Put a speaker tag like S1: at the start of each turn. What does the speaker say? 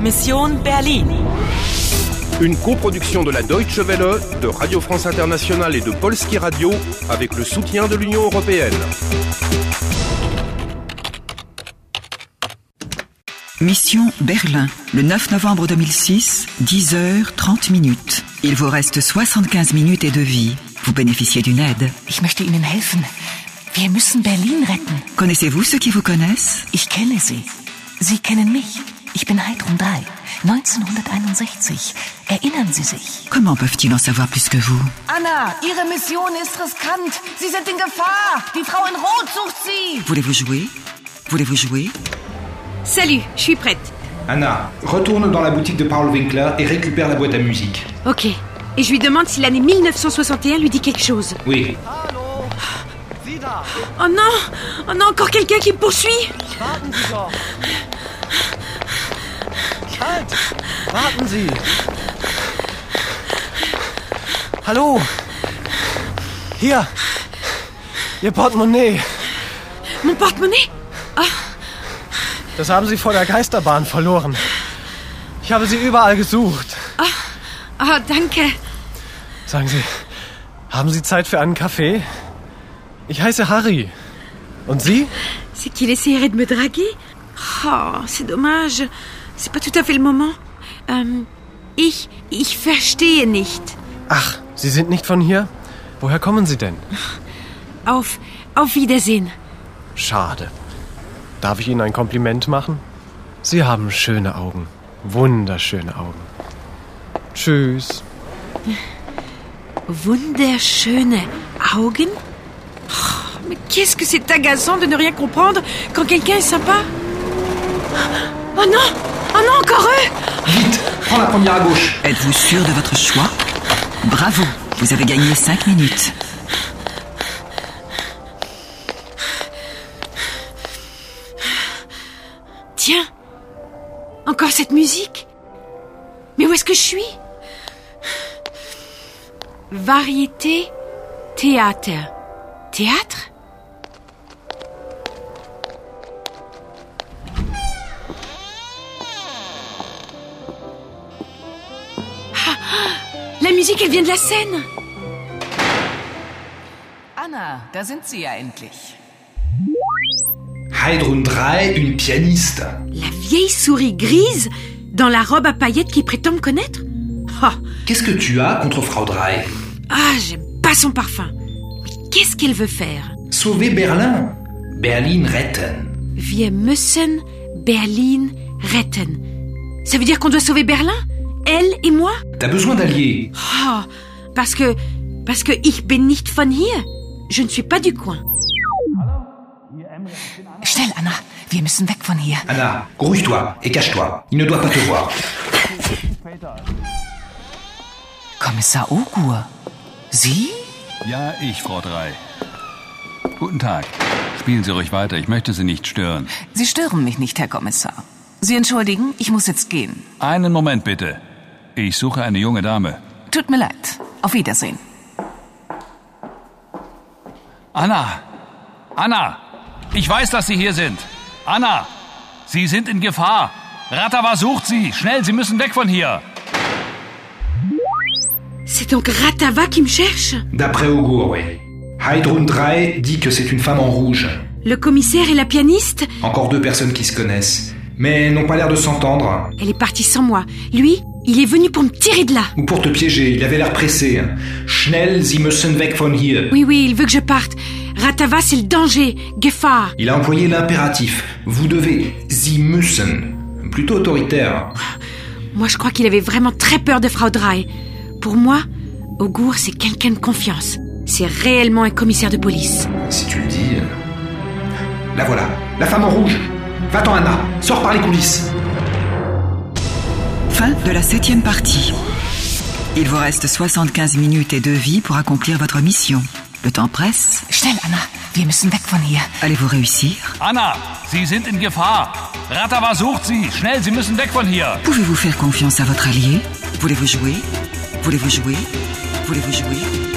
S1: Mission Berlin.
S2: Une coproduction de la Deutsche Welle, de Radio France Internationale et de Polski Radio avec le soutien de l'Union européenne.
S3: Mission Berlin, le 9 novembre 2006, 10h30 minutes. Il vous reste 75 minutes et de vie. Vous bénéficiez d'une aide.
S4: Ich möchte Ihnen helfen. Wir müssen Berlin retten.
S3: Connaissez-vous ceux qui vous connaissent
S4: Ich kenne Sie. Sie kennen mich. Ich bin Heidrun Dahl. 1961. Erinnern Sie sich?
S3: Comment peuvent-ils en savoir plus que vous
S5: Anna, Ihre Mission ist riskant. Sie sind in Gefahr. Die Frau in Rot sucht Sie.
S3: Voulez-vous jouer Voulez-vous jouer
S6: Salut, je suis prête.
S7: Anna, retourne dans la boutique de Paul Winkler et récupère la boîte à musique.
S6: Ok. Et je lui demande si l'année 1961 lui dit quelque chose.
S7: Oui,
S6: Oh non Oh non, encore quelqu'un qui me poursuit
S8: Warten Sie doch! Halt! Warten Sie! Hallo! Hier! Ihr Portemonnaie!
S6: Mon porte-monnaie
S8: Das haben Sie vor der Geisterbahn verloren. Ich habe Sie überall gesucht.
S6: Ah, danke.
S8: Sagen Sie, haben Sie Zeit für einen Kaffee? Ich heiße Harry. Und Sie?
S6: C'est qu'il essayerait de me draguer Oh, c'est dommage. C'est pas tout à fait le moment. Ähm, ich, ich verstehe nicht.
S8: Ach, Sie sind nicht von hier? Woher kommen Sie denn?
S6: Auf, auf Wiedersehen.
S8: Schade. Darf ich Ihnen ein Kompliment machen? Sie haben schöne Augen. Wunderschöne Augen. Tschüss.
S6: Wunderschöne Augen Oh, Mais qu'est-ce que c'est agaçant de ne rien comprendre quand quelqu'un est sympa Oh non Oh non, encore eux
S7: vite, prends la première à gauche.
S3: Êtes-vous sûr de votre choix Bravo, vous avez gagné 5 minutes.
S6: Tiens Encore cette musique Mais où est-ce que je suis Variété théâtre. Théâtre Ah, La musique, elle vient de la scène
S5: Anna, da sind Sie ja endlich.
S7: Heidrun 3, une pianiste.
S6: La vieille souris grise dans la robe à paillettes qui prétend me connaître Ah,
S7: Qu'est-ce que tu as contre Frau Drei
S6: Ah, j'aime pas son parfum. Mais qu'est-ce qu'elle veut faire
S7: Sauver Berlin. Berlin retten.
S6: Wir müssen Berlin retten. Ça veut dire qu'on doit sauver Berlin Elle et moi
S7: T'as besoin d'alliés.
S6: Oh, parce que... Parce que ich bin nicht von hier. Je ne suis pas du coin.
S4: Schnell, Anna. Wir müssen weg von hier.
S7: Anna, grouille-toi et cache-toi. Il ne doit pas te voir.
S4: Kommissar Ogur. Sie?
S9: Ja, ich, Frau Drei. Guten Tag. Spielen Sie ruhig weiter, ich möchte Sie nicht stören.
S4: Sie stören mich nicht, Herr Kommissar. Sie entschuldigen, ich muss jetzt gehen.
S9: Einen Moment bitte. Ich suche eine junge Dame.
S4: Tut mir leid. Auf Wiedersehen.
S9: Anna! Anna! Ich weiß, dass Sie hier sind. Anna! Sie sind in Gefahr. Ratawa sucht Sie. Schnell, Sie müssen weg von hier.
S6: C'est donc Ratava qui me cherche
S7: D'après Augur, oui. Heidrun 3 dit que c'est une femme en rouge.
S6: Le commissaire et la pianiste
S7: Encore deux personnes qui se connaissent, mais n'ont pas l'air de s'entendre.
S6: Elle est partie sans moi. Lui, il est venu pour me tirer de là.
S7: Ou pour te piéger, il avait l'air pressé. Schnell, Sie müssen weg von hier.
S6: Oui, oui, il veut que je parte. Ratava, c'est le danger. Gefahr.
S7: Il a employé l'impératif. Vous devez. Sie müssen. Plutôt autoritaire.
S6: Moi, je crois qu'il avait vraiment très peur de Frau Drey. Pour moi, Augur, c'est quelqu'un de confiance. C'est réellement un commissaire de police.
S7: Si tu le dis. euh, La voilà. La femme en rouge. Va-t'en, Anna. Sors par les coulisses.
S3: Fin de la septième partie. Il vous reste 75 minutes et de vie pour accomplir votre mission. Le temps presse.
S4: Schnell, Anna. Wir müssen weg von hier.
S3: Allez-vous réussir
S9: Anna! Sie sind in Gefahr. Ratawa sucht Sie. Schnell, Sie müssen weg von hier.
S3: Pouvez-vous faire confiance à votre allié Voulez-vous jouer Voulez-vous jouer Voulez-vous jouer